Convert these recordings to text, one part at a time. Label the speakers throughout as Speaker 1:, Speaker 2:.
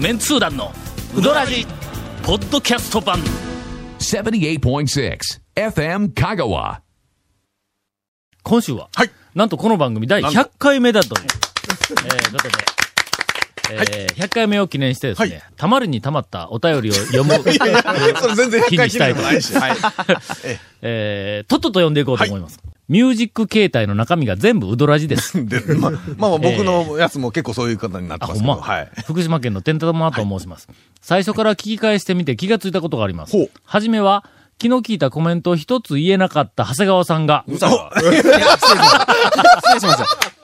Speaker 1: メンツー団のウドラジポッドキャスト版
Speaker 2: 78.6 FM Kagawa.
Speaker 1: 今週は、
Speaker 3: はい
Speaker 1: なんとこの番組第100回目だという、えーことで、えー100回目を記念してですね、
Speaker 3: はい
Speaker 1: たまりにたまったお便りを読 む、
Speaker 3: それ全然100回記念でもないし。はい。
Speaker 1: えーとっとと読んでいこうと思います。ミュージック形態の中身が全部ウドラジです。
Speaker 3: で、まあ、まあまあ僕のやつも結構そういう方になって
Speaker 1: あ、ほ
Speaker 3: ます
Speaker 1: ん
Speaker 3: けど。
Speaker 1: ま。
Speaker 3: はい。
Speaker 1: 福島県の天太マと申します、最初から聞き返してみて気がついたことがあります
Speaker 3: ほう。
Speaker 1: はじめは、昨日聞いたコメントを一つ言えなかった長谷川さんが、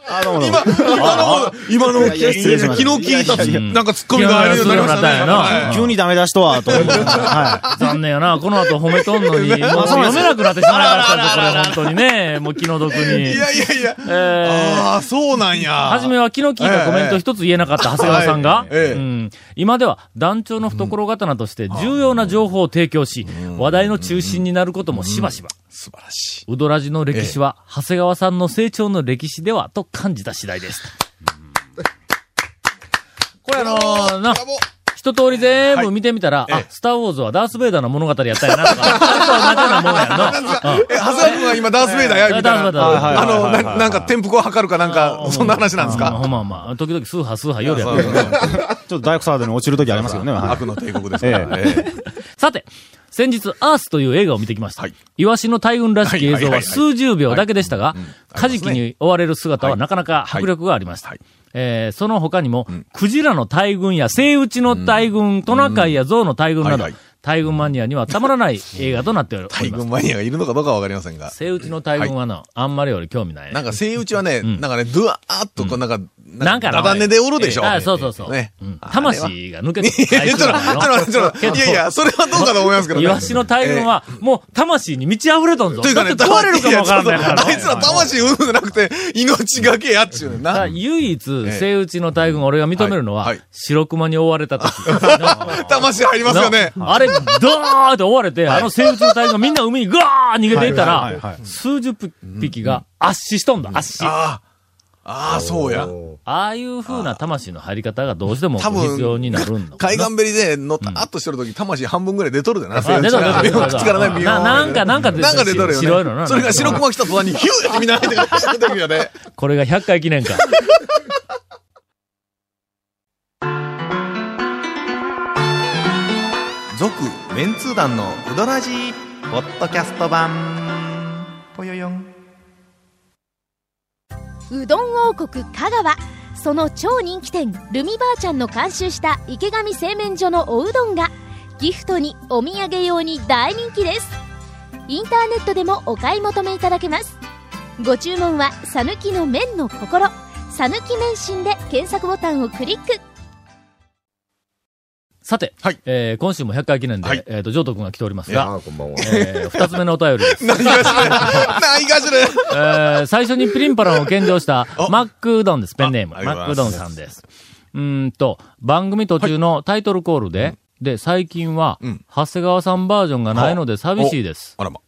Speaker 3: 今、今のも、今のも、昨日
Speaker 4: 失礼しました
Speaker 3: 聞いたつ、なんかツッコミがあるようになりましたね。
Speaker 1: いやいやそうなんだよな
Speaker 3: はい
Speaker 4: 急にダメ出しとは、と思って。は
Speaker 1: 残念やな、この後褒めとんの に、もう
Speaker 4: そうな
Speaker 1: 読
Speaker 4: んです
Speaker 1: めなくなってしまいましたぞ、これ本当にね。もう気の毒に。
Speaker 3: いやいやいや。
Speaker 1: えー
Speaker 3: ああ、そうなんや。
Speaker 1: はじめは昨日聞いたコメント一つ言えなかった長谷川さんが、
Speaker 3: え
Speaker 1: う
Speaker 3: え
Speaker 1: ん今では団長の懐刀として重要な情報を提供し、話題の中心になることもしばしば。
Speaker 3: 素晴らしい。
Speaker 1: うどらじの歴史は、長谷川さんの成長の歴史ではと感じた次第です。これあのーな、一通り全部見てみたら、
Speaker 3: はいえ
Speaker 1: あ
Speaker 3: え、
Speaker 1: スターウォーズはダース・ベイダーの物語やったんやなと か、あと同じようなもんやんな。
Speaker 3: え、ハサ君が今ダースベイダーや、み
Speaker 1: ダースベイダ
Speaker 3: たいな。
Speaker 1: ー
Speaker 3: あの、ななんか転覆を図るかなんか、そんな話なんです
Speaker 1: まあ
Speaker 3: か
Speaker 1: ほんまほんまあ、時々スーハースーハー夜やっ
Speaker 3: そ
Speaker 1: て
Speaker 3: う
Speaker 1: る
Speaker 3: そ
Speaker 1: か
Speaker 3: う
Speaker 1: ら
Speaker 3: そう
Speaker 4: い。ちょっとダークサードに落ちるときありますけどね。はい
Speaker 3: 悪の帝国ですから。
Speaker 4: え
Speaker 3: ええ
Speaker 1: さて、先日、アースという映画を見てきました。
Speaker 3: はい
Speaker 1: イワシの大群らしき映
Speaker 3: はい
Speaker 1: 像
Speaker 3: はいはいは
Speaker 1: はい数十秒だけでしたが、カジキに追われる姿はなかなか迫力がありました。
Speaker 3: はい
Speaker 1: えーその他にも、クジラの大群や、セイウチの大群、トナカイやゾウの大群など、
Speaker 3: はいはい
Speaker 1: 大群マニアにはたまらない映画となっております。
Speaker 3: 大群マニアがいるのかどうかはわかりませんが。
Speaker 1: セイウチの大群はな、あんまり俺興味ないね
Speaker 3: なんか、セイウチはね、なんかね、ドゥワーっと、こう、なんか、
Speaker 1: なんかな
Speaker 3: ダダネでおるでしょ。
Speaker 1: あそうそうそう。
Speaker 3: ね
Speaker 1: うん。
Speaker 3: あれは
Speaker 1: 魂が抜けて
Speaker 3: い やい やちょっと、ちょっ と、ちょっと、いやいや、それはどうかと思いますけど
Speaker 1: イ
Speaker 3: ね。
Speaker 1: ワシの大群は、もう魂に満ち溢れとんぞ。
Speaker 3: というかね、
Speaker 1: だって壊れるかもわからんねんから
Speaker 3: やちょっとあいつら魂うんぬんなくて、命がけやっちゅうねん
Speaker 1: ただ
Speaker 3: な。
Speaker 1: 唯一、セイウチの大群、俺が認めるのは、
Speaker 3: はいはい
Speaker 1: 白熊に追われた時。
Speaker 3: 魂入りますよね。
Speaker 1: あれ、ドーンって追われて、あのセイウチの大群がみんな海にぐわー逃げていった
Speaker 4: はいはいはい
Speaker 1: ら
Speaker 4: は、い
Speaker 1: 数十匹が圧死しとんだ、圧死。あ
Speaker 3: ああ、ああ、そうや。
Speaker 1: あいう風な魂の入り方がどうしても
Speaker 3: 多分
Speaker 1: 必要になるんだ。
Speaker 3: 海岸べりで、のたっとしてるとき、魂半分ぐらい出とるでな、セイウ
Speaker 1: 出
Speaker 3: チ
Speaker 1: とる
Speaker 3: が
Speaker 1: 出とる
Speaker 3: 口からね、ビヨー
Speaker 1: な
Speaker 3: ン
Speaker 1: なんかなんか出とる
Speaker 3: なんか出とるよね。
Speaker 1: 白いのな
Speaker 3: それが白熊来た途端に、ヒューってみんな入ってくるしてくる よね。
Speaker 1: これが100回記念 か。
Speaker 5: 続メンツー団のウドラジーポッドキャスト版ぽよよん
Speaker 6: うどん王国香川その超人気店ルミばあちゃんの監修した池上製麺所のおうどんがギフトにお土産用に大人気ですインターネットでもお買い求めいただけますご注文は「さぬきの麺の心」「さぬき麺心」で検索ボタンをクリック
Speaker 1: さて、
Speaker 3: はい
Speaker 1: えー今週も100回記念で、
Speaker 3: はい
Speaker 1: えっと、ジョート君が来ております
Speaker 7: あ
Speaker 1: が、
Speaker 7: あ、こんばんは。
Speaker 1: えー二つ目のお便り です。
Speaker 3: 何がしれ。何がしれ。
Speaker 1: えー最初にプリンパランを献上した、マックうどんです、ペンネーム。
Speaker 3: あ
Speaker 1: マ
Speaker 3: ありがと
Speaker 1: ッ
Speaker 3: う
Speaker 1: クう
Speaker 3: ご
Speaker 1: ど
Speaker 3: ざ
Speaker 1: ん
Speaker 3: います
Speaker 1: さんです。うーんと、番組途中のタイトルコールで、で、最近は、
Speaker 3: うん
Speaker 1: 長谷川さんバージョンがないので寂しいです。
Speaker 3: あらま。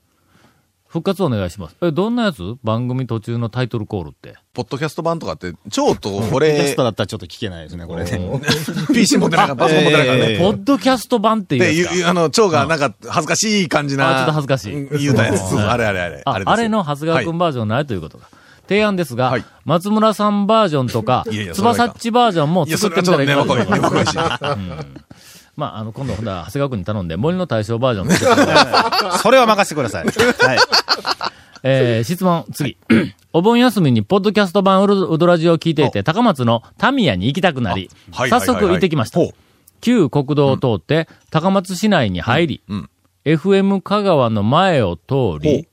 Speaker 1: 復活お願いします。え、どんなやつ番組途中のタイトルコールって。
Speaker 3: ポッドキャスト版とかって、超と俺
Speaker 4: い。ゲストだったらちょっと聞けないですね、これね。
Speaker 3: PC 持ってなかった、パソコン持ってなかった
Speaker 4: え
Speaker 3: ね。
Speaker 4: え
Speaker 1: ポッドキャスト版ってい
Speaker 3: っ
Speaker 1: う
Speaker 3: て
Speaker 1: やつか。
Speaker 3: いう、あの、蝶がなんか恥ずかしい感じな。
Speaker 1: あちょっと恥ずかしい
Speaker 3: うん言うたやつ。そうあれあれあれ。
Speaker 1: あ、
Speaker 3: です
Speaker 1: あれの長谷川く
Speaker 3: は
Speaker 1: ん
Speaker 3: い
Speaker 1: バージョンないということか。提案ですが、
Speaker 3: はい
Speaker 1: 松村さんバージョンとか
Speaker 3: いやい、や
Speaker 1: つばさっちバージョンも
Speaker 3: いや、
Speaker 1: 作
Speaker 3: そ
Speaker 1: っ
Speaker 3: れ
Speaker 1: て
Speaker 3: は
Speaker 1: み
Speaker 3: ちょ
Speaker 1: たら
Speaker 3: っ
Speaker 1: いか
Speaker 3: とね
Speaker 1: が
Speaker 3: ば
Speaker 1: でしょ
Speaker 3: こ
Speaker 1: う
Speaker 3: い、
Speaker 1: か
Speaker 3: ねばこいし。
Speaker 1: まあ、あの、今度、ほんなら長谷川くんに頼んで、森の大将バージョンも作ってくだ さい
Speaker 4: それは任せてください。はい。
Speaker 1: えー、質問、次。 お盆休みに、ポッドキャスト版ウルウドラジオを聞いていて、高松のタミヤに行きたくなり、
Speaker 3: あはい
Speaker 1: 早速
Speaker 3: はいはいはい
Speaker 1: 行ってきました
Speaker 3: ほう。
Speaker 1: 旧国道を通って、高松市内に入り、
Speaker 3: うん
Speaker 1: FM 香川の前を通り、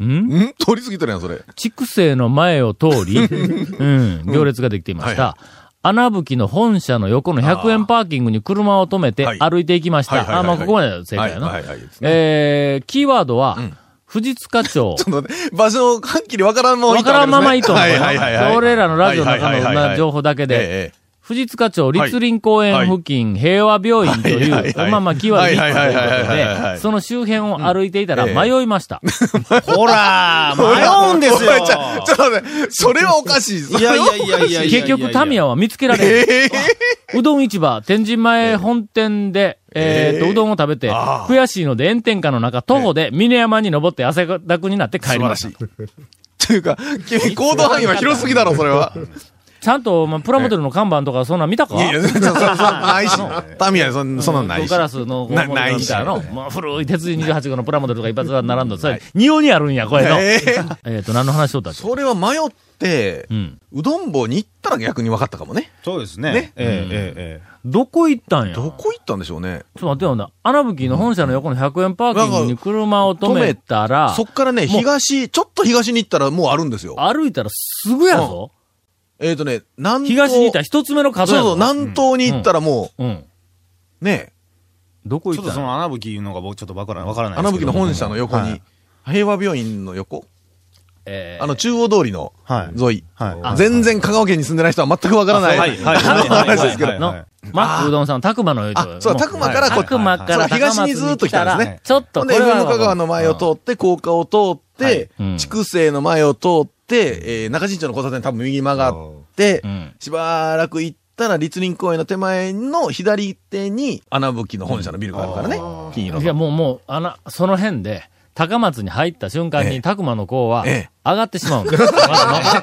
Speaker 1: ん
Speaker 3: ん通り過ぎとるやん、それ。
Speaker 1: 畜生の前を通 り、うん、行列ができていました。
Speaker 3: は
Speaker 1: 穴吹の本社の横の100円パーキングに車を止めて
Speaker 3: はい
Speaker 1: 歩いていきまし
Speaker 3: はいはい
Speaker 1: た。
Speaker 3: は
Speaker 1: あ、
Speaker 3: い
Speaker 1: ま
Speaker 3: は
Speaker 1: あ、こ
Speaker 3: い
Speaker 1: こまでは正解や
Speaker 3: は
Speaker 1: ない
Speaker 3: はいはいです。ね
Speaker 1: えー、キーワードは、藤塚町。
Speaker 3: ちょっとね場所をはっきりわからんまま
Speaker 1: わ
Speaker 3: いた
Speaker 1: からんままいいと思う
Speaker 3: は
Speaker 1: よ
Speaker 3: いはいはいはい。
Speaker 1: 俺らのラジオの
Speaker 3: はい
Speaker 1: 中
Speaker 3: はいはいはい
Speaker 1: の情報だけで、
Speaker 3: え
Speaker 1: 富士塚町立林公園付近平和病院という、
Speaker 8: はいはいはい
Speaker 1: まあまあ、木は立派ということ
Speaker 8: はいはいはいはいはいは
Speaker 1: で、
Speaker 8: い
Speaker 1: その周辺を歩いていたら
Speaker 8: ええ
Speaker 1: 迷いました。
Speaker 4: ほら、迷うんですよ。
Speaker 3: お前ちょちょっと待って、それはおかしい。
Speaker 4: いやいやいやいやいやいや。
Speaker 1: 結局、タミヤは見つけられんうどん市場、天神前本店で、えーっと、うどんを食べて、悔しいので炎天下の中、徒歩で峰山に登って汗だくになって帰りました。
Speaker 3: というか、君、行動範囲は広すぎだろ、それは。
Speaker 1: ちゃんと、まあ、プラモデルの看板とか、そんなん見たか
Speaker 3: いやいや、そんなないし。タミヤ、そんそんなのないし。
Speaker 1: ガラスの、
Speaker 3: なない
Speaker 1: み
Speaker 3: した
Speaker 1: いなの、まあ、古い鉄人28号のプラモデルとか一発は並んだ。それ、日本にあるんや、これの。 え
Speaker 3: えー
Speaker 1: っと、何の話しとったっけ
Speaker 3: それは迷って
Speaker 1: う、ん。
Speaker 3: うどん坊に行ったら逆に分かったかもね。
Speaker 4: そうですね。
Speaker 3: ね
Speaker 4: えええええ
Speaker 1: どこ行ったんや
Speaker 3: どこ行ったんでしょうね。
Speaker 1: ちょっと待ってよな。アナブキの本社の横の100円パーキングに車を止めたら
Speaker 3: そ、っからね、
Speaker 1: もう
Speaker 3: 東、ちょっと東に行ったらもうあるんですよ。
Speaker 1: 歩いたらすぐやぞ。
Speaker 3: えっとね、南東。
Speaker 1: 東にいたら一つ目の
Speaker 3: そう
Speaker 1: 角や
Speaker 3: そう、
Speaker 1: ぞ。
Speaker 3: 南東に行ったらも
Speaker 1: うん。
Speaker 3: う、ね、
Speaker 1: どこ
Speaker 4: え。ちょ
Speaker 1: 行っ
Speaker 4: っと
Speaker 1: た
Speaker 4: そ
Speaker 1: の
Speaker 4: の穴吹きのが僕ちょっとわからわからないです
Speaker 3: 穴
Speaker 4: け
Speaker 3: 吹
Speaker 4: ど
Speaker 3: の本社の横
Speaker 4: は
Speaker 3: に
Speaker 4: い、
Speaker 3: 平和病院の横
Speaker 1: えー
Speaker 3: あの、中央通りの
Speaker 4: はい
Speaker 3: 沿い。
Speaker 4: はい
Speaker 3: あ全然香川県に住んでない人は全くわからない。
Speaker 4: はいはい
Speaker 3: あの話ですけど。
Speaker 4: はい
Speaker 1: の、マックうどんさん、たくまの言と
Speaker 3: あそうだ拓磨からこ
Speaker 1: たくまから
Speaker 3: そう東にずっと来たんです
Speaker 1: 高松に
Speaker 3: ね
Speaker 1: 来ちょっと、こ
Speaker 3: ほんで、
Speaker 1: れ
Speaker 3: 上
Speaker 1: は
Speaker 3: 野香川の前を通って、高架を通って
Speaker 1: うん、
Speaker 3: 筑西の前を通って、えー中新町の交差点多分右に曲がって
Speaker 1: う、ん。
Speaker 3: しばらく行ったら、立林公園の手前の左手に、穴吹の本社のビルがあるからね。金色
Speaker 1: いや、
Speaker 3: の。
Speaker 1: もう、もう、あの、その辺で、高松に入った瞬間
Speaker 3: え
Speaker 1: に、
Speaker 3: え
Speaker 1: たくまの子は、上
Speaker 3: ええ
Speaker 1: がってしまうんです。ま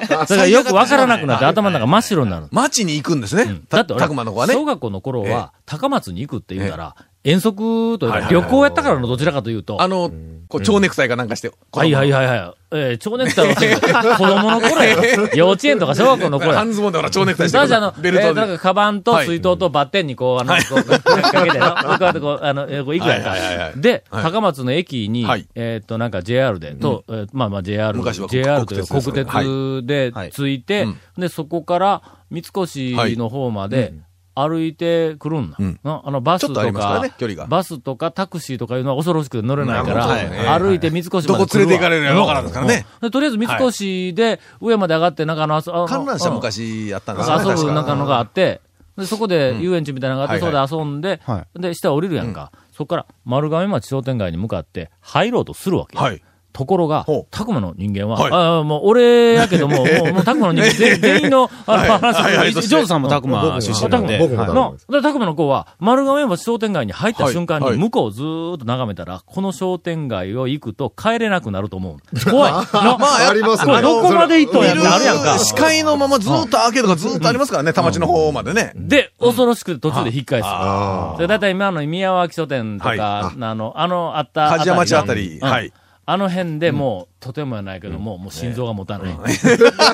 Speaker 1: ずのそれがよくわからなくなって、頭の中真っ白になる。
Speaker 3: 町に行くんです
Speaker 1: う
Speaker 3: ね
Speaker 1: ん。だ
Speaker 3: た
Speaker 1: って俺、
Speaker 3: たくまの子はね。
Speaker 1: 小学校の頃は、高松に行くって言うたら、遠足というか、旅行やったからのどちらかというと、
Speaker 3: あの、こう、蝶ネクタイかなんかして。
Speaker 1: はいはいはいはい。えー、蝶ネクタイをつけて 子供の頃や。幼稚園とか小学校の頃や
Speaker 3: 半。ズボンでほら、蝶ネクタイして
Speaker 1: だ
Speaker 3: る
Speaker 1: しあの、
Speaker 3: ベル
Speaker 1: え
Speaker 3: ト
Speaker 1: ーなん
Speaker 3: で。
Speaker 1: か、カバンと
Speaker 3: はい
Speaker 1: 水筒とバッテンにこう、あの、こう、かけ ての、こうやってこう、あの、えーこう、行くやんか
Speaker 3: はいはいはいは。い
Speaker 1: で、
Speaker 3: はい
Speaker 1: 高松の駅に
Speaker 3: はい、
Speaker 1: えーっと、なんか JR で、と、えーまあまあ JR、
Speaker 3: 昔は国
Speaker 1: JR という
Speaker 3: 国
Speaker 1: 国
Speaker 3: 鉄ですから
Speaker 1: 鉄で
Speaker 4: はい
Speaker 1: 着いて
Speaker 3: はいう、
Speaker 1: で、そこから三越の方まで歩いてくるんだ
Speaker 3: うん。
Speaker 1: なあの、バスと
Speaker 3: ちょっとありますから
Speaker 1: か
Speaker 3: ね距離が、
Speaker 1: バスとかタクシーとかいうのは恐ろしくて乗れないか
Speaker 3: なるほどね
Speaker 1: ら、歩いて三越まで来る
Speaker 3: ど
Speaker 1: わ。
Speaker 3: こ連れて行かれるやらわからんですからね。
Speaker 1: でとりあえず三越で上まで上がって、なんかあの、あそあの
Speaker 3: 観覧車
Speaker 1: うん
Speaker 3: 昔やったんですよね。
Speaker 1: 遊ぶ
Speaker 3: 確
Speaker 1: 中
Speaker 3: か
Speaker 1: のがあって、でそこで遊園地みたいなのがあって、
Speaker 3: うん
Speaker 1: そこで遊んで、
Speaker 4: は
Speaker 1: で、下降りるやんか。そこから丸亀町商店街に向かって入ろうとするわけ。
Speaker 3: はい。
Speaker 1: ところが
Speaker 3: ほう、
Speaker 1: たくまの人間は、
Speaker 3: はい
Speaker 1: ああ、もう俺やけど も、もう、もうたくまの人間全全員の、あの、話
Speaker 3: はいはい
Speaker 4: ジョーズさんもたくま出身なんで。
Speaker 9: 僕も僕も
Speaker 1: の、で、たくまの子は、丸亀町商店街に入った瞬間
Speaker 3: はい
Speaker 1: に、
Speaker 3: は
Speaker 1: 向
Speaker 3: い
Speaker 1: こうをずーっと眺めたら、この商店街を行くと帰れなくなると思 う。怖い。の、
Speaker 3: まあ、やっ
Speaker 9: ありますね。
Speaker 1: どこまで行っとんや
Speaker 3: ぱ
Speaker 1: って
Speaker 3: 見る
Speaker 1: なるやんか。
Speaker 3: 視界のままずっとアーケードがずっとありますからね、田町の方までね。
Speaker 1: で、恐ろしくて途中で引っ返す。
Speaker 3: あ
Speaker 1: それだいたい今の宮脇書店とか、
Speaker 3: はい
Speaker 1: あ
Speaker 3: あ
Speaker 1: の、あの、あった
Speaker 3: あ。
Speaker 1: あたり
Speaker 3: 梶
Speaker 1: の。
Speaker 3: 山町あたり。
Speaker 1: うん
Speaker 3: はい。
Speaker 1: あの辺でもう、とてもやないけども、もう心臓が持たない。
Speaker 9: もう痛いや。
Speaker 3: ま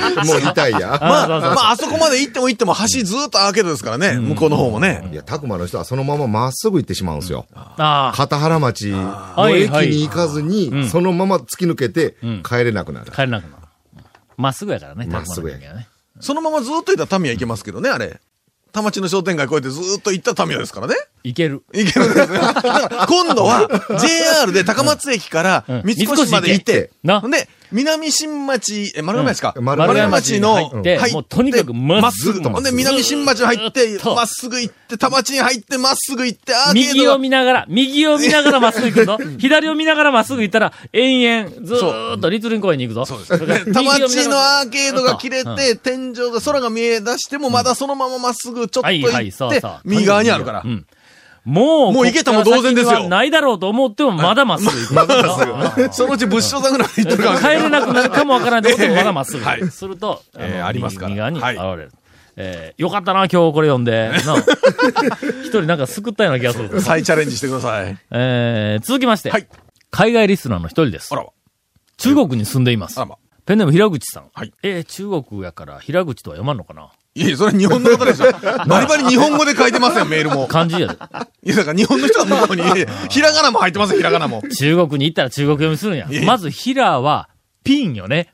Speaker 3: あ、
Speaker 1: そうそ
Speaker 3: ま
Speaker 1: うそう
Speaker 3: あ、あそこまで行っても行っても橋ずっとアーケードですからね、向こうの方もね。
Speaker 9: いや、たくまの人はそのまままっすぐ行ってしまうんですよ。
Speaker 1: あ
Speaker 9: 片原町の駅に行かずに、そのまま突き抜けて帰れなくなる
Speaker 1: あ、。帰れなくなる。まっすぐやからね、
Speaker 9: まっすぐや
Speaker 1: たくまの人間はね。
Speaker 3: そのままずっと行ったらタミヤ行けますけどね、あれ。田町の商店街越えてずっと行ったらタミヤですからね。
Speaker 1: いける。
Speaker 3: 行けるんですね。 だから今度は JR で高松駅から
Speaker 1: うん
Speaker 3: 三越まで行って、
Speaker 1: な
Speaker 3: ほんで、南新町、え、丸亀町か。
Speaker 9: うん丸
Speaker 3: 丸
Speaker 9: 亀
Speaker 3: 亀町の
Speaker 1: 入って、もうとにかくま
Speaker 3: ま
Speaker 1: っ
Speaker 3: っ
Speaker 1: す
Speaker 3: す
Speaker 1: ぐ
Speaker 3: ぐ。。ほんで、南新町入っ
Speaker 1: ず
Speaker 3: て
Speaker 1: っ、と
Speaker 3: まっすぐ行って、田町に入って、まっすぐ行って、アーケードが
Speaker 1: 右を見ながら、右を見ながらまっすぐ行くぞ。左を見ながらまっすぐ行ったら、延々、ずーっと立林公園に行くぞ。そうです。
Speaker 3: 田町のアーケードが切れて、天井が、空が見え出しても、まだそのまままっすぐちょっと
Speaker 1: はいはい
Speaker 3: 行
Speaker 1: そ
Speaker 3: っ
Speaker 1: う
Speaker 3: て
Speaker 1: そう、
Speaker 3: 右側にあるから
Speaker 1: う。んもう、
Speaker 3: もう行けたも同然で
Speaker 1: こっ
Speaker 3: すよ
Speaker 1: から先はないだろうと思っても、まだまっすぐ 行く。
Speaker 3: そのうち物証さんぐらい行ってるかも
Speaker 1: 帰
Speaker 3: しれない。
Speaker 1: れなくなるかもわからないと思ってもまだまっすぐ。
Speaker 3: はい
Speaker 1: すると、
Speaker 3: えー
Speaker 1: の
Speaker 3: ありますから
Speaker 1: 右側に現
Speaker 3: は
Speaker 1: れ
Speaker 3: い
Speaker 1: る。えーよかったな、今日これ読ん で。な一人なんか救ったような気がする。
Speaker 3: 再チャレンジしてください。
Speaker 1: えー続きまして、
Speaker 3: はい
Speaker 1: 海外リスナーの一人です
Speaker 3: あ。らま、
Speaker 1: 中国に住んでいます
Speaker 3: あ。らま。
Speaker 1: ペンネーム平口さん。
Speaker 3: はい
Speaker 1: えー中国やから平口とは読まんのかない
Speaker 3: や、それは日本のこと でしょ。バリバリ日本語で書いてますよ、メールも。
Speaker 1: 漢字やで。
Speaker 3: いや、だから日本の人は向こうに、いやいやひらがなも入ってますよ、ひらがなも。
Speaker 1: 中国に行ったら中国読みするんや
Speaker 3: い。え
Speaker 1: まず平は、ピンよね。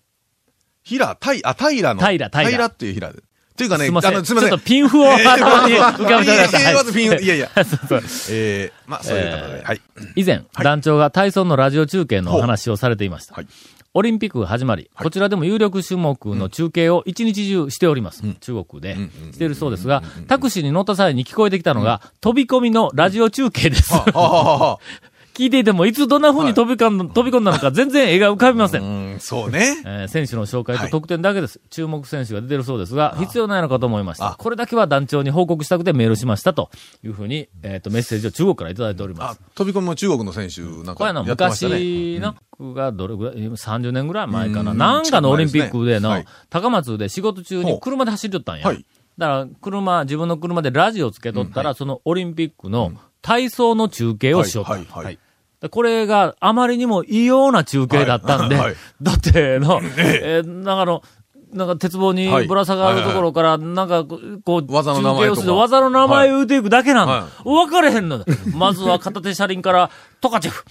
Speaker 3: ひら、たい、あ、たいらの。
Speaker 1: 平平
Speaker 3: たいらっていうひらで。というかね、
Speaker 1: すいません。
Speaker 3: あの
Speaker 1: ち
Speaker 3: す
Speaker 1: ょ
Speaker 3: みま
Speaker 1: っと
Speaker 3: せん。
Speaker 1: ピンフを頭に浮かべてください。
Speaker 3: えー
Speaker 1: はい
Speaker 3: まずピンいやいや
Speaker 1: そうそう
Speaker 3: え ー、まあ、そういう方で。はい。
Speaker 1: 以前、団長が体操のラジオ中継のお話をされていました。
Speaker 3: はい
Speaker 1: オリンピックが始まり、こちらでも有力種目の中継を一日中しております。中国で、しているそうですが、タクシーに乗った際に聞こえてきたのが、飛び込みのラジオ中継です。聞いていても、いつどんな風に飛びかん、飛び込んだのか全然絵が浮かびません。
Speaker 3: うん、そうね。
Speaker 1: えー選手の紹介と得点だけです。注目選手が出てるそうですが、必要ないのかと思いました。これだけは団長に報告したくてメールしましたというふうに、えっ、と、メッセージを中国からいただいておりま
Speaker 3: あ
Speaker 1: す。、
Speaker 3: 飛び込みも中国の選手なん
Speaker 1: これ
Speaker 3: かや
Speaker 1: あの、
Speaker 3: ってましたね。
Speaker 1: 昔の、がどれぐらい、今30年ぐらい前かな。
Speaker 3: うん
Speaker 1: なんかのオリンピックで
Speaker 3: は
Speaker 1: の
Speaker 3: い、
Speaker 1: 高松で仕事中に車で走りとったんや。
Speaker 3: はい
Speaker 1: だから、車、自分の車でラジオつけとったら、そのオリンピックの体操の中継をしよった。
Speaker 3: はい、はい、はい。
Speaker 1: でこれがあまりにも異様な中継だったんで、
Speaker 3: はいはい
Speaker 1: だって の、えーなんかあの、なんか鉄棒に
Speaker 3: はい
Speaker 1: ぶら下がるところから、なんかこう、こう
Speaker 3: 技の名前と
Speaker 1: 中
Speaker 3: か
Speaker 1: 継をする技の名前を言うていくだけなんだ。
Speaker 3: は
Speaker 1: 分かれへんのだ。まずは片手車輪から、 トカチェフ、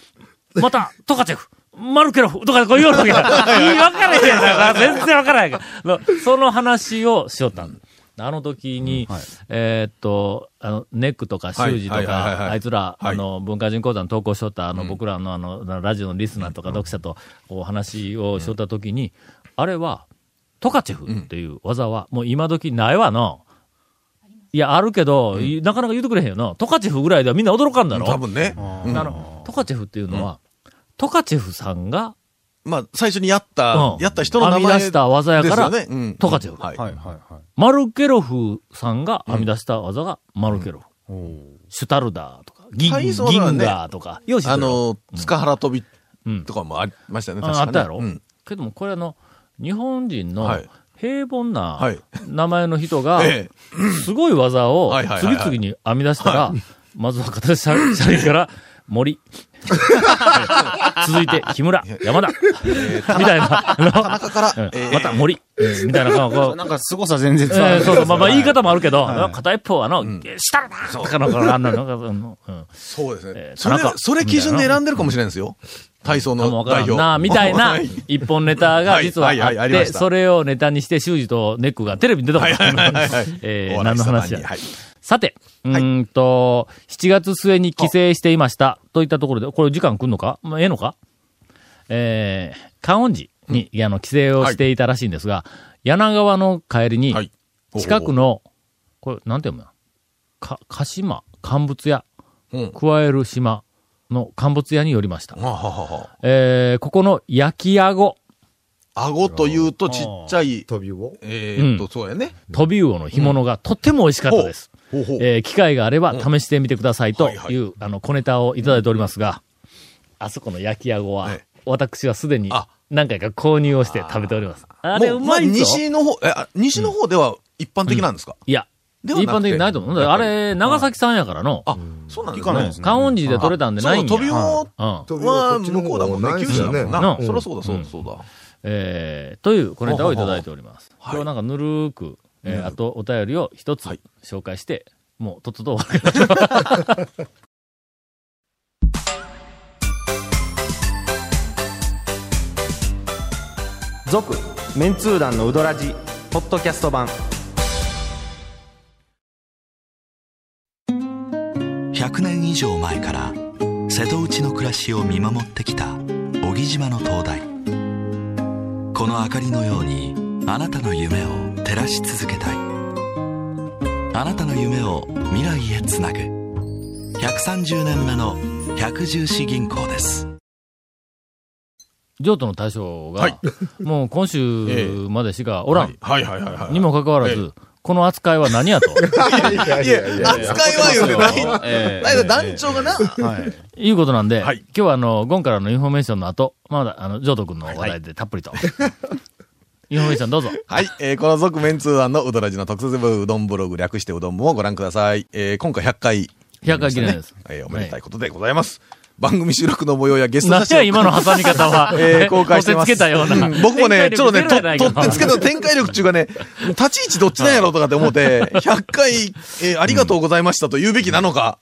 Speaker 1: また、トカチェフ。マルケロフとかこう言おうとけ。分からへんだから、全然分からへんから。のその話をしよったんあの時に、えーっと、あの、ネックとかシュージと
Speaker 3: はいはいはいはいは
Speaker 1: か、
Speaker 3: い
Speaker 1: あいつら、
Speaker 3: はい
Speaker 1: あの、文化人講座の投稿しとった、あの、僕らのあの、ラジオのリスナーとか読者とお話をしとった時に、あれは、トカチェフっていう技は、もう今時ないわの。いや、あるけど、いなかなか言うてくれへんよな。トカチェフぐらいではみんな驚かんだろ。
Speaker 3: 多分ね。
Speaker 1: あの、トカチェフっていうのは、トカチェフさんが、
Speaker 3: まあ、最初にやった
Speaker 1: うん、
Speaker 3: やった人の名
Speaker 1: 編み
Speaker 3: 前。
Speaker 1: 出した技やから
Speaker 3: ですよねうん
Speaker 1: トカチェフ
Speaker 3: はい。
Speaker 4: はいはいはい。
Speaker 1: マルケロフさんが編み出した技がマルケロフ。シュタルダーとか、ギン
Speaker 3: 体操
Speaker 1: ギ
Speaker 3: だね
Speaker 1: ンガーとか、よし
Speaker 3: あの、塚原飛び
Speaker 1: うん
Speaker 3: とかもありましたよね、確
Speaker 1: あ
Speaker 3: か
Speaker 1: あ
Speaker 3: ね
Speaker 1: ったやろ、
Speaker 3: うん
Speaker 1: けども、これあの、日本人の
Speaker 3: はい
Speaker 1: 平凡な
Speaker 3: はい
Speaker 1: 名前の人が、
Speaker 3: ええ
Speaker 1: すごい技を
Speaker 3: はいはいは
Speaker 1: 次
Speaker 3: いはい
Speaker 1: 々に編み出したら、まずは片手車車輪から、 森。続いて、木村、山田、みたいな、
Speaker 3: 田中から
Speaker 1: うん、
Speaker 3: えー
Speaker 1: また森、みたいな、こうこう、
Speaker 4: なんか凄さ全然
Speaker 1: え
Speaker 4: 伝わ
Speaker 1: ー
Speaker 4: る。
Speaker 1: そうそう、まあまあ言い方もあるけど、
Speaker 4: はい
Speaker 1: 片一方はあの、下だなとかの、あんなのなんかその、うん。
Speaker 3: そうです
Speaker 1: え
Speaker 3: ね
Speaker 1: ー。
Speaker 3: それ
Speaker 1: 田中、
Speaker 3: それ基準で選んでるかもしれないですよ。体操
Speaker 1: かも
Speaker 3: の
Speaker 1: わから
Speaker 3: 代
Speaker 1: ん
Speaker 3: 表。
Speaker 1: な、みたいな
Speaker 3: はい
Speaker 1: 一本ネタが実はあ
Speaker 3: はいはいはい
Speaker 1: っ
Speaker 3: ありま
Speaker 1: て、
Speaker 3: した
Speaker 1: それをネタにして、修二とネックがテレビに出たことがあるえー何の話や
Speaker 3: お笑い様に。はい
Speaker 1: さて、うーんと、7月末に帰省していました。といったところで、これ時間来んのかまあええのかえー、観音寺に、あの、帰省をしていたらしいんですが、柳川の帰りに
Speaker 3: はい、
Speaker 1: 近くの、これ、なんて読むのか、鹿島、乾物屋、
Speaker 3: うん
Speaker 1: 加える島の乾物屋に寄りました。
Speaker 3: はあはあは
Speaker 1: えー、ここの焼きあご、
Speaker 3: あ顎というとちっちゃい、
Speaker 9: 飛びを。
Speaker 3: えーっ
Speaker 1: う
Speaker 3: と、そうやね。
Speaker 1: 飛び魚の干物がとっても美味しかったです。
Speaker 3: ほうほう。
Speaker 1: えー機会があれば試してみてくださいと
Speaker 3: はいはい
Speaker 1: いう、あの、小ネタをいただいておりますが、あそこの焼きあごは、
Speaker 3: え
Speaker 1: 私はすでに
Speaker 3: あ
Speaker 1: 何回か購入をして食べております。あれ
Speaker 3: も
Speaker 1: うまい
Speaker 3: あ
Speaker 1: ぞ。
Speaker 3: 西の方、え、あ西の方では一般的なんですか
Speaker 1: いや、一
Speaker 3: ではなくて
Speaker 1: 般的にないと思う。あれ、長崎さんやからの。
Speaker 3: あ、そうなんで
Speaker 4: 聞
Speaker 3: す
Speaker 4: かない
Speaker 3: ね
Speaker 4: で。すね。
Speaker 1: 観音寺で取れたんでないんや。
Speaker 3: そう飛びを
Speaker 1: うん。
Speaker 9: 飛びを
Speaker 3: は
Speaker 9: こっちの
Speaker 3: 向こ
Speaker 9: 方
Speaker 3: うだもんね。
Speaker 9: ない
Speaker 3: 九
Speaker 9: です
Speaker 3: 州だ
Speaker 9: よ
Speaker 3: も
Speaker 9: ね。
Speaker 3: ん
Speaker 1: な
Speaker 3: な。
Speaker 1: うん
Speaker 3: そりゃそうだ、そうだ、そうだ。
Speaker 1: えーというコネタをいただいております。
Speaker 3: ほうほうほ
Speaker 1: 今
Speaker 3: う
Speaker 1: 日なんかぬるーく、えーあとお便りを一つ
Speaker 3: はい
Speaker 1: 紹介して、もうとっとと終わる。
Speaker 10: 続メンツー団のウドラジポッドキャスト版
Speaker 11: 100年以上前から瀬戸内の暮らしを見守ってきた小木島の灯台この明かりのようにあなたの夢を照らし続けたいあなたの夢を未来へつなぐ130年目の百十四銀行です
Speaker 1: 譲渡の大将が、
Speaker 3: はい
Speaker 1: もう今
Speaker 3: え
Speaker 1: 週までしかおらん、
Speaker 3: はいはいはいはい。
Speaker 1: にもかかわらず、この扱いは何 やと
Speaker 3: いや、扱いはよね、ない。
Speaker 4: ええ
Speaker 3: だけど団長がな、
Speaker 4: はい。
Speaker 1: いうことなんで、
Speaker 3: はい
Speaker 1: 今日はあの、ゴンからのインフォメーションの後、まだ、あの、譲渡君の話題でたっぷりと。インフォメーションどうぞ。
Speaker 3: はい、えーこの続面通案のうどらじの特設部うどんブログ略してうどん部もご覧ください。えー今回100回、
Speaker 1: 100回記念です。
Speaker 3: えーおめでたいことでございます。番組収録の模様やゲスト
Speaker 1: 何
Speaker 3: 写真。
Speaker 1: や今の挟み方は
Speaker 3: えー公開してま
Speaker 1: お
Speaker 3: す。
Speaker 1: 手つけたような。
Speaker 3: ん僕もね、ちょっとね、と、
Speaker 1: 展開力ゼロやないか
Speaker 3: とってつけた展開力中がね、立ち位置どっちなんやろうとかって思って、100回、えーありがとうございましたと言うべきなのか。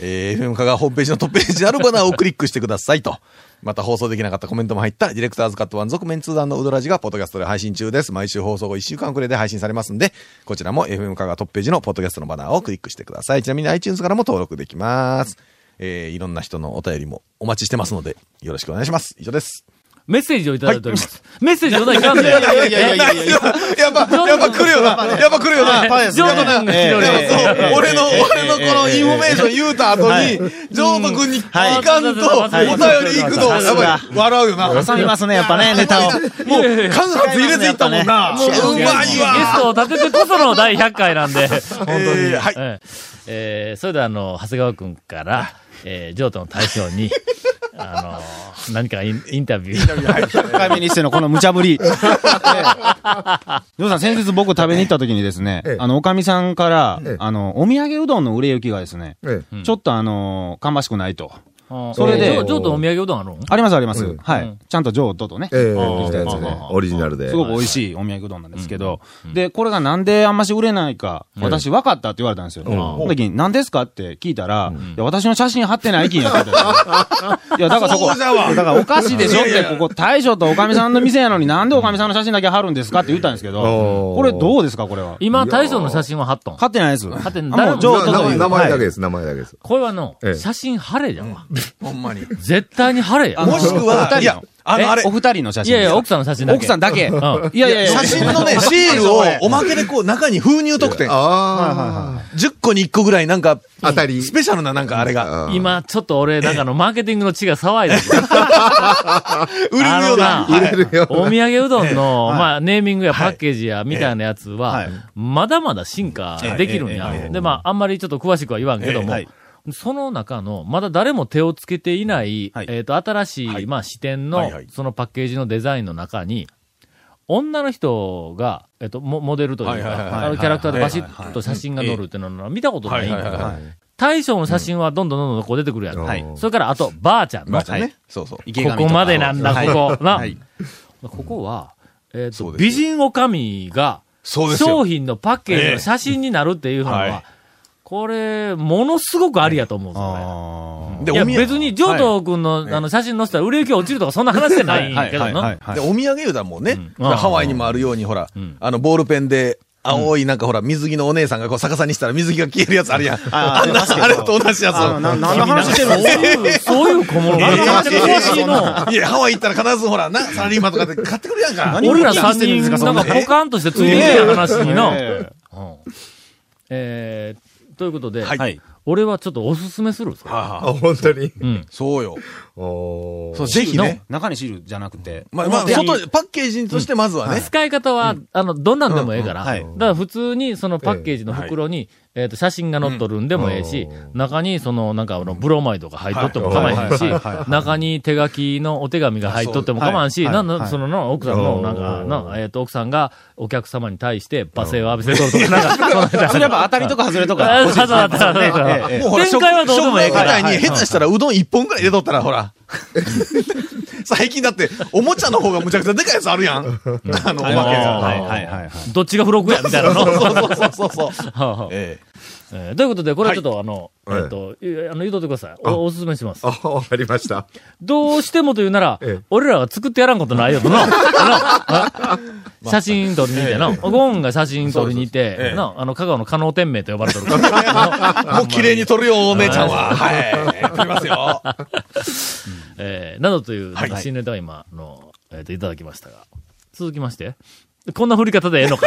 Speaker 3: えー FM 香川ホームページのトッ プページにあるバナーをクリックしてくださいと。また放送できなかったコメントも入った、ディレクターズカットワン続面通談のウドラジがポッドキャストで配信中です。毎週放送後1週間くらいで配信されますんで、こちらも FM 香川トップページのポッドキャストのバナーをクリックしてください。ちなみに iTunes からも登録できます。えーいろんな人のお便りもお待ちしてますので、よろしくお願いします。以上です。
Speaker 1: メッセージをいただいております。メッセージをいただいております。
Speaker 4: いやいやいやいやいや。
Speaker 3: やっぱ、やっぱ来るよな。やっぱ来るよな。
Speaker 4: パーです
Speaker 1: ジョ
Speaker 4: ね
Speaker 1: ート君が来ております。
Speaker 3: そう、俺の、俺のこのインフォメーション言うた後に、ジョート君に行
Speaker 4: はい
Speaker 3: かんと、お
Speaker 1: はい
Speaker 3: 便り行くと、
Speaker 4: はい
Speaker 3: やっぱり笑うよな。もう、
Speaker 4: 挟みますね、やっぱね、ネタを。
Speaker 3: 間髪入れていったもんな。
Speaker 1: も
Speaker 3: うまい
Speaker 1: ゲス
Speaker 3: わ。
Speaker 1: トを立ててこその第100回なんで、本当に。
Speaker 3: えーはい
Speaker 1: えーえーそれではあの、長谷川君から、えー、譲渡の対象に、あの、何かインインタビュー。
Speaker 4: 100回目にしてのこの無茶ぶ り。ジョーさん、先日僕食べに行った時にですね
Speaker 9: ええ、
Speaker 4: あの、おかみさんから
Speaker 9: ええ、
Speaker 4: あの、お土産うどんの売れ行きがですね、
Speaker 9: ええ
Speaker 4: ちょっとあの、芳しくないと。
Speaker 1: そ
Speaker 4: それで
Speaker 1: 譲渡のお土産うどんあるの
Speaker 4: ありますあります。
Speaker 9: うん
Speaker 4: はい。ちゃんと上等とね。。
Speaker 9: ええ
Speaker 1: ー
Speaker 9: できたやつ
Speaker 1: あ
Speaker 9: ね
Speaker 1: ー。
Speaker 9: オリジナルです
Speaker 4: ごく美味しいお土産うどんなんですけど、で、これがなんであんまし売れないか、私分かったって言われたんですよ。その時に、何ですかって聞いたら、いや、私の写真貼ってないきんやって言わ れたんですよいや、だからそこ、
Speaker 3: そうじゃわ
Speaker 4: だからおかしいでしょって、ここ大将とおかみさんの店やのになんでおかみさんの写真だけ貼るんですかって言ったんですけど、
Speaker 9: おー
Speaker 4: これどうですかこれは。
Speaker 1: 今、大将の写真は貼っとん。
Speaker 4: 貼ってないです。
Speaker 1: 貼ってない
Speaker 4: もう上
Speaker 9: な
Speaker 4: 等
Speaker 9: 名
Speaker 4: とい
Speaker 9: 前
Speaker 4: う。
Speaker 9: 名前だけ
Speaker 4: はい
Speaker 9: です、名前だけです。
Speaker 1: これはの
Speaker 9: え、え
Speaker 1: 写真貼れじゃんわ。
Speaker 3: ほんまに。
Speaker 1: 絶対に貼れや
Speaker 4: あ。の
Speaker 3: もしく
Speaker 4: お二人
Speaker 3: は、
Speaker 4: の
Speaker 3: いや、あ
Speaker 4: え
Speaker 3: の、あれ
Speaker 4: お、二人の写
Speaker 1: い
Speaker 4: 真
Speaker 1: や
Speaker 4: です
Speaker 1: い
Speaker 4: か。
Speaker 1: や、奥さんの写真だけ。
Speaker 4: 奥さんだけ。
Speaker 1: うん
Speaker 4: いやいやいや。
Speaker 3: 写真のね、シールをおまけでこう、中に封入特典。
Speaker 9: あ
Speaker 3: 10個に1個ぐらいなんか、
Speaker 9: あ、当たり。
Speaker 3: スペシャルななんかあれが、
Speaker 9: あー
Speaker 1: 今、ちょっと俺、なんかあの、マーケティングの血が騒いでる。
Speaker 3: 売れるような
Speaker 1: あ。の
Speaker 9: 売れる よ。
Speaker 1: お土産うどんの、まあ、ネーミングやパッケージや、みたいなやつは、
Speaker 4: はい
Speaker 1: まだまだ進化できるんや。
Speaker 4: ええええええ
Speaker 1: で、まあ、あんまりちょっと詳しくは言わんけども、
Speaker 4: はい
Speaker 1: その中の、まだ誰も手をつけていない、
Speaker 4: はい
Speaker 1: えっ、と、新しい、まあ、視点の、
Speaker 3: はいはい
Speaker 1: そのパッケージのデザインの中に、女の人が、えっと、モモデルという
Speaker 3: はいはいはい
Speaker 1: か、あのキャラクターでバシッと写真が載るっていうのは見たことないんや
Speaker 3: はいはいは
Speaker 1: 大将の写真はどんどんどんどんこう出てくるやん。
Speaker 4: はい
Speaker 1: それから、あと、ばあちゃんの、
Speaker 3: まあね。そうそう。
Speaker 4: 池上とか
Speaker 1: ここまでなんだ
Speaker 4: はい
Speaker 1: ここな
Speaker 4: はい
Speaker 1: ここは、えっ
Speaker 3: そ
Speaker 1: と
Speaker 3: うですよ
Speaker 1: 美人おかみが
Speaker 3: そうですよ
Speaker 1: 商。品のパッケージの写真になるっていうのは、
Speaker 3: ええはい
Speaker 1: これ、ものすごくありやと思うんですよね。
Speaker 3: で、
Speaker 4: あ
Speaker 1: いや、
Speaker 3: おみや
Speaker 1: 別に、上東君の,、あの写真載せたら売れ行きが落ちるとか、そんな話じゃない
Speaker 4: ー
Speaker 1: ん
Speaker 4: は
Speaker 1: や
Speaker 4: い
Speaker 1: けど
Speaker 4: はいは。
Speaker 1: ない
Speaker 4: はい
Speaker 3: で、お土産言うたらもうね、
Speaker 1: うん
Speaker 3: ハワイにもあるように、ほら、あの、ボールペンで、青い、なんかほら、水着のお姉さんがこう逆さにしたら水着が消えるやつあるやん。
Speaker 4: あ
Speaker 3: あんな、あれと同じやつ
Speaker 4: あ
Speaker 3: を
Speaker 4: の。な何の話してるの
Speaker 1: そういう、そういう小物がある
Speaker 3: ええ
Speaker 1: 詳しいの。
Speaker 3: いや、ハワイ行ったら必ずほら、な、サラリーマンとかで買ってくるやんか。
Speaker 4: 何を
Speaker 1: 俺ら
Speaker 4: 聞きに
Speaker 1: 三
Speaker 4: 来てるんです
Speaker 1: 人、な
Speaker 4: か
Speaker 1: んか
Speaker 4: そんな
Speaker 1: ポカンとしてついてきてる話にの。
Speaker 4: え
Speaker 1: うんえーということで、
Speaker 3: は
Speaker 4: えはい。
Speaker 1: 俺はちょっとおすすめするんですよ
Speaker 9: あ、本当に。
Speaker 1: うん。
Speaker 3: そうよ。
Speaker 9: おー
Speaker 3: そう、ぜひね。
Speaker 4: 中にシールじゃなくて。
Speaker 3: まあ、まあ、外、パッケージとしてまずはね。
Speaker 1: 使い方は、あの、どんなんでもええから、
Speaker 4: うんうんはい
Speaker 1: だから普通にそのパッケージの袋に、えっ、と、写真が載っとるんでもええし、中にその、なんかあの、ブロマイドが入っとっても構えへんし
Speaker 4: はいはいはいは、い
Speaker 1: 中に手書きのお手紙が入っとっても構わんし、
Speaker 4: はい
Speaker 1: な
Speaker 4: は
Speaker 1: ん
Speaker 4: い
Speaker 1: だ、
Speaker 4: はい
Speaker 1: そのの、奥さんの、なんか、な、えっ、と、奥さんがお客様に対して罵声を浴びせとるとか、なんか、そんなんじゃない
Speaker 4: それやっぱ当たりとか外れ と
Speaker 1: あ
Speaker 4: か。
Speaker 1: そうそうそうそう
Speaker 4: ええ
Speaker 3: もうほら、
Speaker 1: 展
Speaker 3: 食
Speaker 1: 開はどうでもええから
Speaker 3: 食の話題に下手したらうどん一本ぐらい出とったら、ほら。 最近だって、おもちゃの方がむちゃくちゃでかいやつあるやん。あの、おまけが。
Speaker 4: はいはいはいはい。
Speaker 1: どっちが付録や、みたいなの。
Speaker 3: そうそうそうそうそう。
Speaker 1: はあはあ
Speaker 3: ええ
Speaker 1: えーということで、これはちょっと、あの、えっ、
Speaker 9: はい
Speaker 1: と、いあの、言うとってください。おおすすめします。
Speaker 9: あ、わかりました。
Speaker 1: どうしてもというなら、
Speaker 9: ええ
Speaker 1: 俺らが作ってやらんことないよとな。 あのあ写真撮りに行ってな。ゴンが写真撮りに行って、な、あの、香川の加納天明と呼ばれ てるから。
Speaker 3: もう綺麗に撮るよ、お姉ちゃんは。はい。撮ります よ。
Speaker 1: えーなどという、なんか新ネタが今、あの、えっ、と、いただきましたが。続きまして。こんな振り方でええ のか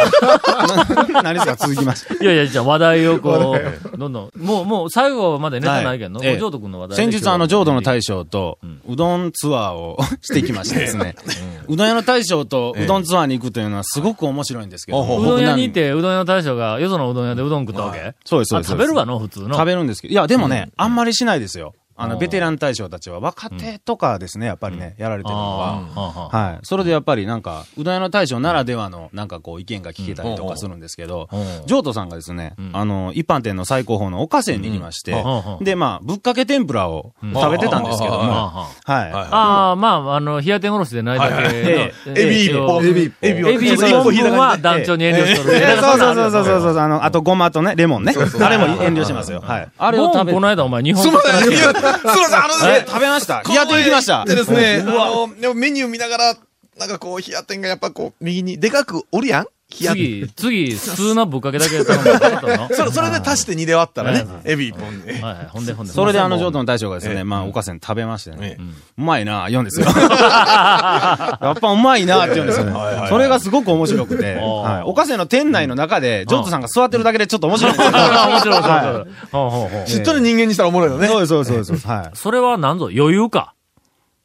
Speaker 4: 何ですか続きまして。
Speaker 1: いやいや、じゃあ話題をこう、どんどん、もう、もう最後までネタないけど、
Speaker 4: はいええ
Speaker 1: ジョート君の話題
Speaker 4: 先
Speaker 1: で
Speaker 4: 日、あの、浄土の
Speaker 1: 今日
Speaker 4: 大将と、うどんツアーをしてきましてですね。うどん屋の大将とうどんツアーに行くというのはすごく面白いんですけど。
Speaker 1: うどん屋に行っ
Speaker 4: 行って
Speaker 1: て、うどん屋の大将が、よそのうどん屋でうどん食ったわけ
Speaker 4: そうです、そう
Speaker 1: あ
Speaker 4: です。
Speaker 1: 食べるわの、普通の。
Speaker 4: 食べるんですけど。いや、でもね、あんまりしないですよ。あ
Speaker 1: うん
Speaker 4: の、ベテラン大将たちは、若手とかですね、やっぱりね、やられてるのは。
Speaker 1: あーはあはあ
Speaker 4: はい。それでやっぱりなんか、うどん屋の大将ならではの、なんかこう、意見が聞けたりと
Speaker 3: うん
Speaker 4: かするんですけど
Speaker 1: うん、
Speaker 4: 譲渡さんがですね
Speaker 1: ん、
Speaker 4: あの、一般店の最高峰のおかせに行きまして
Speaker 1: うん、
Speaker 4: で、まあ、ぶっかけ天ぷらを食べてたんですけど
Speaker 3: うん
Speaker 4: も、
Speaker 1: あ
Speaker 4: は
Speaker 1: あ、まあ、あの、冷や天おろしでないだけの
Speaker 4: いはい
Speaker 1: え
Speaker 3: エビ一本。
Speaker 1: え
Speaker 9: エビ一本
Speaker 3: エビ
Speaker 1: エビ一
Speaker 3: 一
Speaker 1: 本
Speaker 3: 本引い
Speaker 1: 分
Speaker 3: た感
Speaker 1: は
Speaker 3: じ
Speaker 1: 団長に遠慮しとるみ
Speaker 4: い。
Speaker 1: たいな。
Speaker 4: そうそうそうそう
Speaker 1: う。
Speaker 4: そうそう、あの、あとごまとね、レモンね。あれも遠慮しますよ。はい。あ
Speaker 1: あれ
Speaker 4: れを
Speaker 1: を
Speaker 4: 食べ
Speaker 1: この間お前日本
Speaker 3: すみません、いやすみません、あの
Speaker 4: え
Speaker 3: ね、
Speaker 4: 食べました。冷や天行きました。
Speaker 3: でですね、あの、でもメニュー見ながら、なんかこう、冷や店がやっぱこう、右にでかくおるやんや
Speaker 1: 次、次、普通のぶっかけだけ頼むのかなと
Speaker 3: それ、それで足して2で割ったらね、エビ1本で。
Speaker 1: はいはい、ほんでほんで。
Speaker 4: それであの、譲渡の大将がです
Speaker 3: ええ
Speaker 4: ね、まあ、おかせん食べまして
Speaker 3: ええ
Speaker 4: ね、うまいなあ言うんですよ。 やっぱうまいなあって言うんですよね
Speaker 3: はいはいはい。
Speaker 4: それがすごく面白くて、はいおかせんの店内の中で、譲渡さんが座ってるだけでちょっと面白いんですよ。
Speaker 1: 面白い面白。
Speaker 4: はい
Speaker 1: ほうほうほう
Speaker 3: 知っとる人間にしたらおもろいよね。
Speaker 4: そうです、そうです、そうですそうです。はい。
Speaker 1: それは何ぞ余裕か。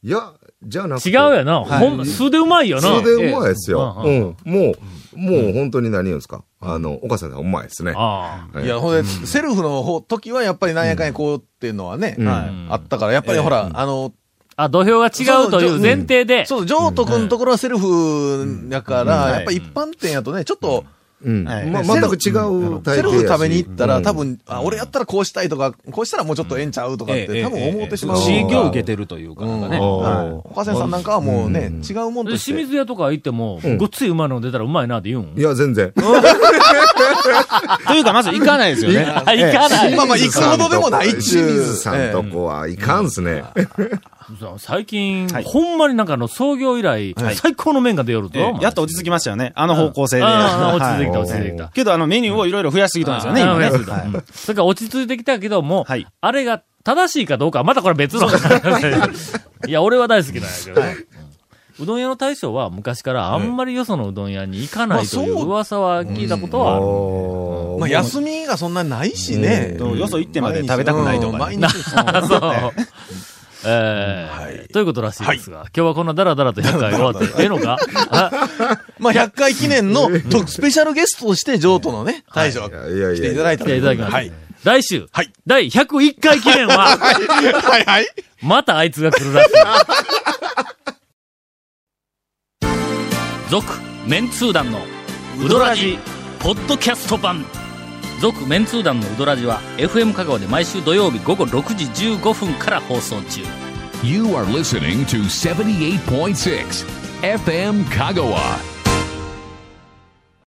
Speaker 9: いや、じゃなく
Speaker 1: 違
Speaker 9: て。
Speaker 1: うよな。ほん、素でうまいよな。
Speaker 9: それでうまいですよ。
Speaker 1: え
Speaker 9: うん。もう、もう本当に何言うんですか。あの、岡さんがうまいですね。
Speaker 1: ああ。
Speaker 9: ええ
Speaker 3: いや、ほんで、セルフの方時はやっぱりなんやかんやこうっていうのはね、
Speaker 9: うん
Speaker 3: あったから、やっぱりほら、あの、
Speaker 1: あ、土俵が違うという前提で。
Speaker 3: そう、ジョート君のところはセルフやから、
Speaker 4: うん
Speaker 3: やっぱり一般店やとね、ちょっと、
Speaker 9: うん。
Speaker 4: はい
Speaker 9: ま、
Speaker 3: ね
Speaker 9: 全く違うタイ
Speaker 3: セ
Speaker 9: プ
Speaker 3: ル
Speaker 9: やし
Speaker 3: フ食べに行ったら、多
Speaker 9: うん
Speaker 3: 分、あ、俺やったらこうしたいとか、こうしたらもうちょっとええんちゃうとかっ
Speaker 4: ええ
Speaker 3: て、多分思ってしまう。
Speaker 4: 刺激を受けてるというか、なんかね。
Speaker 9: うん
Speaker 4: はい
Speaker 9: お
Speaker 3: 岡瀬さんなんかはもうね、
Speaker 9: うん
Speaker 3: 違うもん
Speaker 1: で
Speaker 3: として。
Speaker 1: 清水屋とか行っても、
Speaker 9: うん
Speaker 1: ごっついうまいの出たらうまいなって言うん。
Speaker 9: いや、全然。
Speaker 4: というか、まず行かないですよね。
Speaker 1: あ、行かない。
Speaker 3: まあまあ、行くほどでもないっちゅ
Speaker 9: 清
Speaker 3: う。
Speaker 9: 水さんとこはいかんっすね。
Speaker 1: そう最近、ほんまになんかあの創業以来、最高の麺が出よるぞ。
Speaker 4: ええ
Speaker 1: お前
Speaker 4: やっと落ち着きましたよね。あの方向性で。
Speaker 1: ああ、落ち着いてきた、
Speaker 4: は
Speaker 1: 落ち着いてきた
Speaker 4: い。けど、あのメニューをいろいろ増やしてきたんですよね、
Speaker 1: あー
Speaker 4: 今
Speaker 1: 増
Speaker 4: ね。
Speaker 1: やしてきた
Speaker 4: はい
Speaker 1: それから落ち着いてきたけども、
Speaker 4: はい
Speaker 1: あれが正しいかどうかはまたこれ別の話。 いや、俺は大好きなんやけどね、うんうどん屋の大将は昔からあんまりよそのうどん屋に行かないとい
Speaker 3: まあそうう
Speaker 1: 噂は聞いたことはある。
Speaker 9: おー
Speaker 3: まあ、休みがそんなないしね。
Speaker 4: とよそ行ってまで食べたくないと
Speaker 3: うん
Speaker 4: か
Speaker 3: 毎
Speaker 4: ね。
Speaker 3: 日。
Speaker 1: そう。えーということらしいですが、今日はこんなダラダラと100回終わって、ええのかあ
Speaker 3: まあ、100回記念 の特スペシャルゲストとして、上都のね、大将が
Speaker 9: いやいやいや
Speaker 3: 来ていただいた
Speaker 1: 来ていただきました。
Speaker 3: はい。
Speaker 1: 来週、
Speaker 3: はい
Speaker 1: 第101回記念は、
Speaker 3: はいはい。
Speaker 1: またあいつが来るらしい。続、メンツー団の、ウドラジ、ポッドキャスト版。続、メンツー団のウドラジは、FM 香川で毎週土曜日午後6時15分から放送中。
Speaker 2: You are listening to 78.6 FM Kagawa.